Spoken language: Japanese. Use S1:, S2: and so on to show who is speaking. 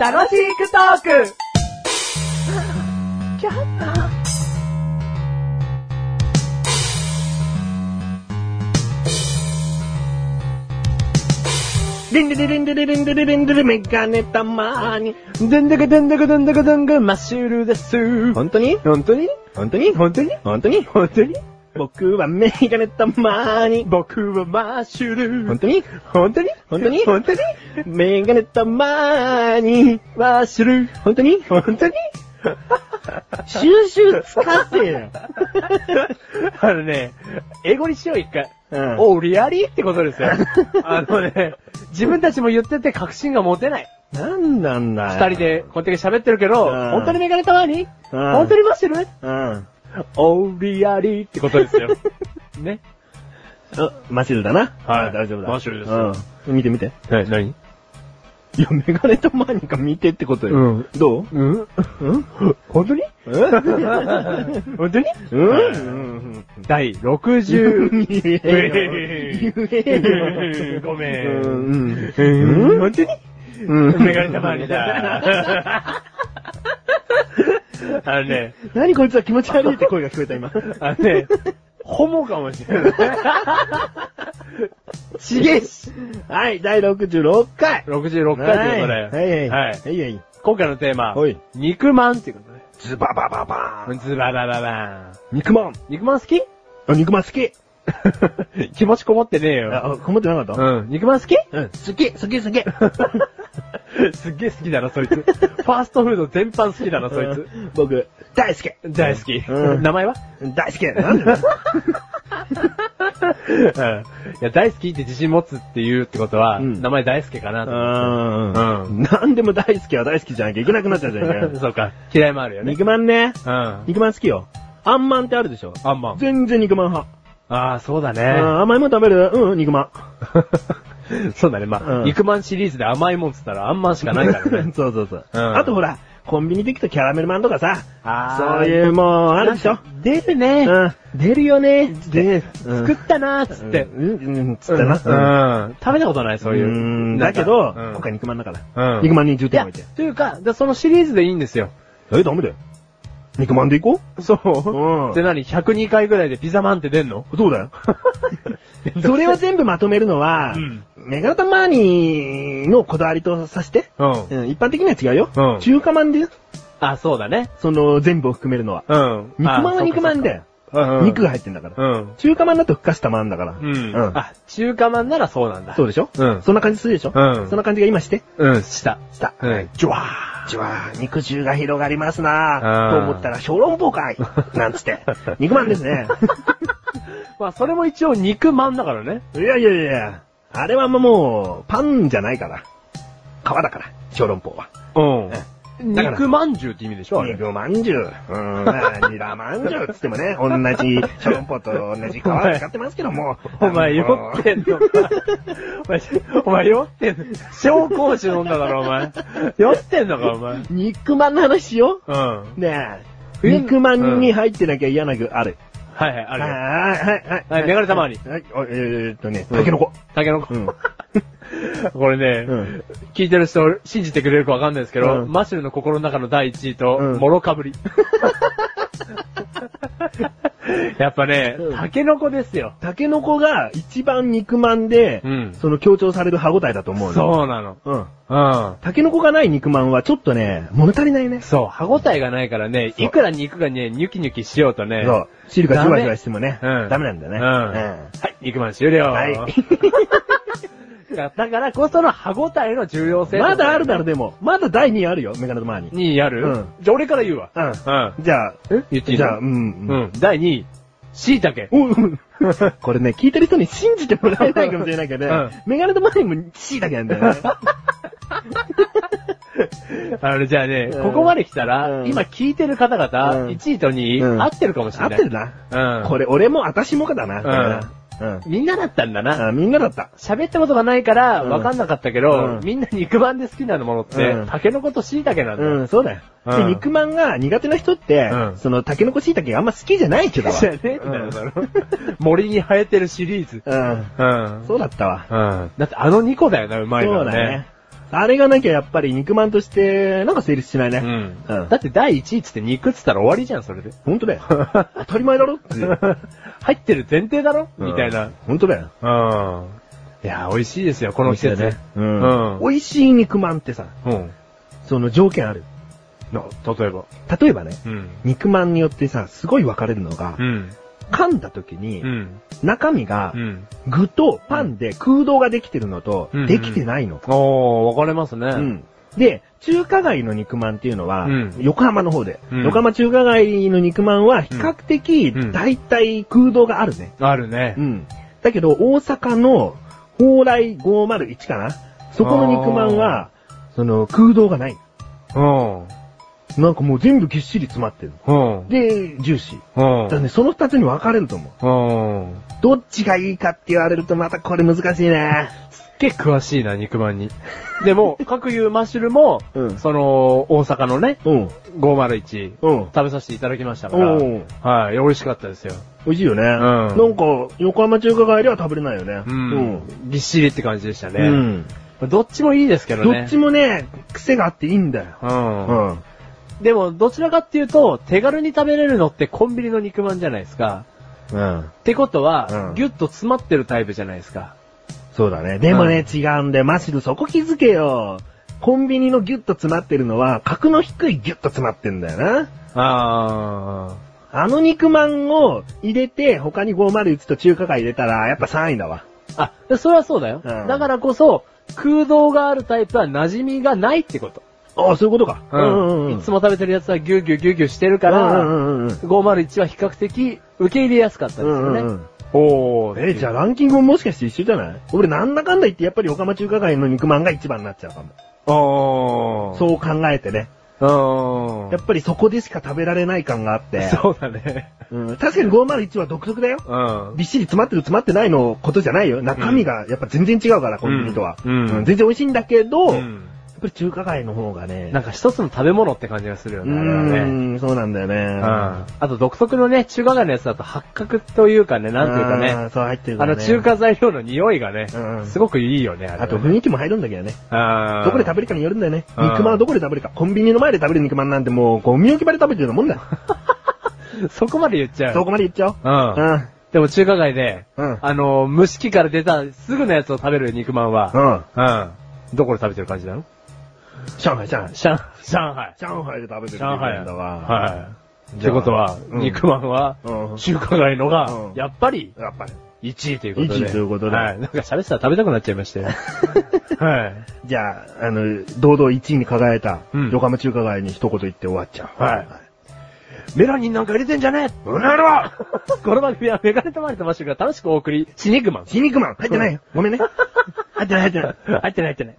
S1: 楽しくトーク
S2: リンリリリンリリリンリリリンリリメガネたまーに。どんだかどんだかどんだかどんがマッシュルです。本当に本当に本当に本当に本当に本当に僕はメガネたまーに。僕はマッシュル。本当に本当に本当に本当にメガネたまーに。マッシュル。本当に本当に
S3: 収集つかってよ。
S2: あのね、
S3: 英語にしよう、一回。
S2: うん
S3: おう、リアリーってことです よ。あのね、自分たちも言ってて確信が持てない。
S2: なんなんだ
S3: 二人。でこうやって喋ってるけど、
S2: うん
S3: 本当にメガネたまに
S2: うん
S3: 本当にマッシュルっ
S2: うん。
S3: オーリアリーってことですよ。ね。
S2: あマシルだな。
S3: はい
S2: 大丈夫だ。
S3: マシルですよ
S2: す。うん。見て見て。
S3: はい、何
S2: いや、メガネとマーニカ見てってことよ。
S3: うん
S2: どう
S3: うん
S2: うん本当に
S3: 本当に
S2: うん
S3: はいう第60。
S2: ん。言えよ。言えよ。
S3: ごめ。
S2: うんん。
S3: う
S2: うんん
S3: 本当に
S2: うん。
S3: メガネたまにだ。 あのね、
S2: 何こいつは気持ち悪いって声が聞こえた今。
S3: あのね、ホモかもしれない。
S2: ちげしはい、第66
S3: 66回
S2: 回
S3: ということで、
S2: はい、はい、
S3: はい
S2: はい、はい。
S3: 今回のテーマ
S2: はい、
S3: 肉まんっていうことね。
S2: ズババババーン。
S3: ズババババーン。
S2: 肉まん。
S3: 肉まん好き
S2: あ、肉まん好き。
S3: 気持ちこもってねえよ。
S2: あ、こもってなかった
S3: うん。肉まん好き
S2: うん。好き、好き、好き。
S3: すっげえ好きだな、そいつ。ファーストフード全般好きだな、そいつ。
S2: うん僕、大好き。
S3: 大好き。
S2: うん
S3: 名前は
S2: 大好き。なんでだよ
S3: うん。いや、大好きって自信持つって言うってことは、
S2: うん
S3: 名前大好きかなと
S2: う。
S3: うん
S2: なんでも大好きは大好きじゃなきゃいけなくなっちゃうじゃん
S3: 思って。
S2: ね。
S3: そうか。嫌いもあるよね。
S2: 肉まんね。
S3: うん。あ
S2: 肉まん好きよ。あんまんってあるでしょ
S3: んまん。
S2: 全然肉まん派。
S3: ああ、そうだ
S2: う
S3: ね。
S2: ん甘いもん食べるうん、肉まん。
S3: そうだね。まあ、
S2: うん。
S3: 肉まんシリーズで甘いもんっつったら、あんまんしかないからね
S2: そうそうそう。
S3: うん
S2: あとほら、コンビニできたキャラメルまんとかさ、
S3: あー
S2: そういうもう、あるでしょ
S3: 出るね。
S2: うん。出るよね。で、
S3: 作ったなーっつって。
S2: うん、うん、つったな。
S3: な。うん。食べたことない、そういうう。
S2: ん。だけど、
S3: うん
S2: 今回肉まんだから。
S3: うん。
S2: 肉まんに重
S3: い
S2: 点
S3: や
S2: 置いて。
S3: というか、でそのシリーズでいいんですよ。
S2: え、ダメだよ。肉まんでいこ
S3: そうう。
S2: う
S3: で何 ?102 回ぐらいでピザマンって出んの
S2: そ うだよ。それを全部まとめるのは、
S3: うん
S2: メガネタマーニーのこだわりとさせて、
S3: うん
S2: うん一般的には違うよ。
S3: うん
S2: 中華まんで、
S3: あ、そうだね。
S2: その全部を含めるのは。
S3: うん。
S2: 肉まんは肉まんだよ。
S3: よ
S2: 肉が入ってんだから。
S3: うん。
S2: 中華まんだとふかしたまんだから。
S3: うん。あ、中華まんならそうなんだ。
S2: そうでしょ
S3: うん
S2: そんな感じするでしょ
S3: うん
S2: そんな感じが今して。
S3: うん、した。
S2: した。
S3: うん。
S2: じゅわー。じゅわー。肉汁が広がりますな
S3: あ
S2: ー。
S3: ー
S2: と思ったら小籠包 かい。なんつって。肉まんですね。
S3: まあ、それも一応肉まんだからね。
S2: いやいやいや、あれはもう、パンじゃないから。皮だから、小籠包は。
S3: うん。
S2: だから
S3: 肉まんじゅうって意味でしょあれ。
S2: 肉まんじゅう、うん、まあニラまんじゅうっつってもね、同じ小籠包と同じ皮使ってますけども。
S3: お前酔
S2: よ
S3: ってんの か。お前、お前酔ってんの紹興酒飲んだからお前。酔ってんのかお前。
S2: 肉まんの話しよ
S3: うん。は
S2: う。ねえ、肉まんに入ってなきゃ嫌な具ある。
S3: いはい、あ
S2: はい
S3: れよ。
S2: はいはい。
S3: はいメガネたまに
S2: はい、おえーっとね、タケノコ。
S3: タケノコ。
S2: うん。
S3: これね、
S2: うん
S3: 聞いてる人信じてくれるかわかんないですけど、
S2: うん
S3: マシュルの心の中の第一位と、
S2: うん
S3: もろかぶ り。やっぱね
S2: う、ん
S3: タケノコですよ。
S2: タケノコが一番肉まんで
S3: うん、
S2: その強調される歯応えだと思うの。
S3: そうなの。
S2: うん。
S3: うん。
S2: タケノコがない肉まんはちょっとね、物足りないね。
S3: そう、歯応えがないからね、
S2: そう
S3: いくら肉がね、ニュキニュキしようとね。
S2: そう。汁がジュワジュワしてもね、
S3: うん
S2: ダメなんだね。
S3: うんはい、肉まん終了。
S2: はい
S3: だからこその歯応えの重要性。
S2: まだあるだろ、でも。まだ第2位あるよ、メガネとマーニー。
S3: 2位ある、
S2: うん
S3: じゃあ俺から言うわ。
S2: うん
S3: う
S2: じゃあ、
S3: え言っていいの
S2: じゃあ、う。
S3: うんん。第2位、椎茸。
S2: うん。うん これね、聞いてる人に信じてもらえないかもしれないけどね、
S3: うん
S2: メガネとマーニーも C だけなんだよね。
S3: あの、じゃあね、
S2: うん
S3: ここまで来たら、
S2: うん
S3: 今聞いてる方々、
S2: うん
S3: 1位と2位、
S2: うん
S3: 合ってるかもし
S2: 合
S3: れな
S2: って
S3: い。
S2: るな。
S3: うん。
S2: これ、俺も私もかだな。うん。
S3: みんなだったんだな。
S2: あ、みんなだった。
S3: 喋ったことがないから、
S2: うん
S3: わかんなかったけど、
S2: うん
S3: みんな肉まんで好きなものって、
S2: うん
S3: タケノコと椎茸なんだ
S2: う
S3: よ。
S2: ん、そうだよ。
S3: うん
S2: で、肉まんが苦手な人って、
S3: うん
S2: その、タケノコ椎茸があんま好きじゃない人だわ。
S3: じゃねえんだよ、その森に生えてるシリーズ。
S2: うん。
S3: うん。
S2: そうだったわ。
S3: うん。だってあの2個だよな、うまいの
S2: そ
S3: は
S2: うだね
S3: ね。。
S2: あれがなきゃやっぱり肉まんとして、なんか成立しないね。
S3: うん
S2: うん
S3: だって第1位っつって肉っつったら終わりじゃん、それで。
S2: ほん とだよ。当たり前だろっていう。
S3: 入ってる前提だろみたいな。
S2: ほんとだよ。
S3: うん。いや、美味しいですよ、この季節。ね。
S2: うん。
S3: う
S2: 美味しい肉まんってさ、
S3: うん。
S2: その条件ある。
S3: な、例えば。
S2: 例えばね、
S3: うん。
S2: 肉まんによってさ、すごい分かれるのが、
S3: うん。
S2: 噛んだ時に、
S3: うん。
S2: 中身が
S3: うん。
S2: 具とパンで空洞ができてるのと
S3: うん、
S2: できてないの。
S3: おー、分かれますね。う。
S2: うんんで、中華街の肉まんっていうのは、
S3: うん
S2: 横浜の方で、
S3: うん
S2: 横浜中華街の肉まんは比較的、
S3: うん
S2: 大体空洞があるね。
S3: あるね
S2: う。ん。だけど、大阪の蓬莱501かなそこの肉まんは、その、空洞がない。
S3: うん。うん。
S2: なんかもう全部ぎっしり詰まってる。
S3: うん。
S2: で、ジューシー。
S3: うん
S2: だからね、その二つに分かれると思
S3: う
S2: う。
S3: ん。
S2: どっちがいいかって言われるとまたこれ難しいね。
S3: すっげえ詳しいな、肉まんに。でも、各有マッシュルも、
S2: うん
S3: その、大阪のね、
S2: うん。
S3: 501、
S2: うん。
S3: 食べさせていただきましたか
S2: う
S3: ら、
S2: ん。
S3: はい、美味しかったですよ。
S2: 美味しいよね。なんか、横浜中華街では食べれないよね。
S3: うん。ぎっしりって感じでした
S2: う
S3: ね。
S2: ん。
S3: どっちもいいですけど
S2: ど
S3: ね。
S2: っちもね、癖があっていいんだよ。
S3: うん。
S2: うん。
S3: でも、どちらかっていうと、手軽に食べれるのってコンビニの肉まんじゃないですか。
S2: うん。
S3: ってことは、
S2: うん
S3: ギュッと詰まってるタイプじゃないですか。
S2: そうだね。でもね、違うんだよ。マシル、そこ気づけよ。コンビニのギュッと詰まってるのは、格の低いギュッと詰まってんだよな。
S3: あ
S2: あの肉まんを入れて、他に501と中華街入れたら、やっぱ3位だわ。
S3: ー。あ、それはそうだよ。
S2: うん
S3: だからこそ、空洞があるタイプは馴染みがないってこと。
S2: ああ、そういうことか。
S3: いつも食べてるやつはギュギュギュギュしてるか
S2: う
S3: ら、
S2: んうんうんうん。
S3: 501は比較的受け入れやすかったんですよね。
S2: うんうんうん
S3: お
S2: え、じゃあランキングももしかして一緒じゃない俺なんだかんだ言ってやっぱり横浜中華街の肉まんが一番になっちゃうかも。
S3: あ、お
S2: そう考えてね。
S3: う
S2: やっぱりそこでしか食べられない感があって。
S3: そうだね。
S2: うん、確かに501は独特だよ。
S3: うん。
S2: びっしり詰まってる詰まってないのことじゃないよ。中身がやっぱ全然違うから、コンビニとは、
S3: うんうん
S2: 全然美味しいんだけど、
S3: う
S2: やっ
S3: ん
S2: ぱり中華街の方がね。
S3: なんか一つの食べ物って感じがするよ
S2: う
S3: ね、あれはね。
S2: ーん、そうなんだよね。
S3: うんあと独特のね、中華街のやつだと八角というかね、なんていうか
S2: あ
S3: ね、
S2: ーそう入ってるか
S3: あ
S2: ら、
S3: の
S2: ね。
S3: 中華材料の匂いがね
S2: うんうん、
S3: すごくいいよね、あれ
S2: あと雰囲気も入るんだけどね。ど
S3: ど
S2: こで食べるかによるんだよね。
S3: うん
S2: 肉まんはどこで食べるか。コンビニの前で食べる肉まんなんてもう、ゴミ置き場で食べてるようなもんだよ。
S3: べそこまで言っちゃ。
S2: そうこまで言っちゃおう。
S3: うん。
S2: うん。
S3: でも中華街で、
S2: うん。
S3: あの、蒸し器から出たすぐのやつを食べる肉まんは、
S2: うん。
S3: うん。どこで食べてる感じなの
S2: 上海、上海。
S3: 上海。
S2: 上海で食べてる
S3: 上海
S2: んだわ。
S3: はい。っ
S2: じゃあ
S3: てことは、
S2: うん
S3: 肉まんは、
S2: うん。
S3: 中華街のが
S2: う、ん
S3: やっぱり、
S2: やっぱり。
S3: 1位ということで。
S2: 1位ということで
S3: はい。なんか喋ってたら食べたくなっちゃいました よ。はい。
S2: じゃあ、あの、堂々1位に輝いた、
S3: うん
S2: 横浜中華街に一言言って終わっちゃう。
S3: はいメラニンなんか入れてんじゃねえ
S2: うなろ
S3: この番組はメガネとマリとマッシュルが楽しくお送り、シニグマン。
S2: 血肉マン入ってないよ。ごめんね。入ってない入ってない。
S3: 入ってない入ってない。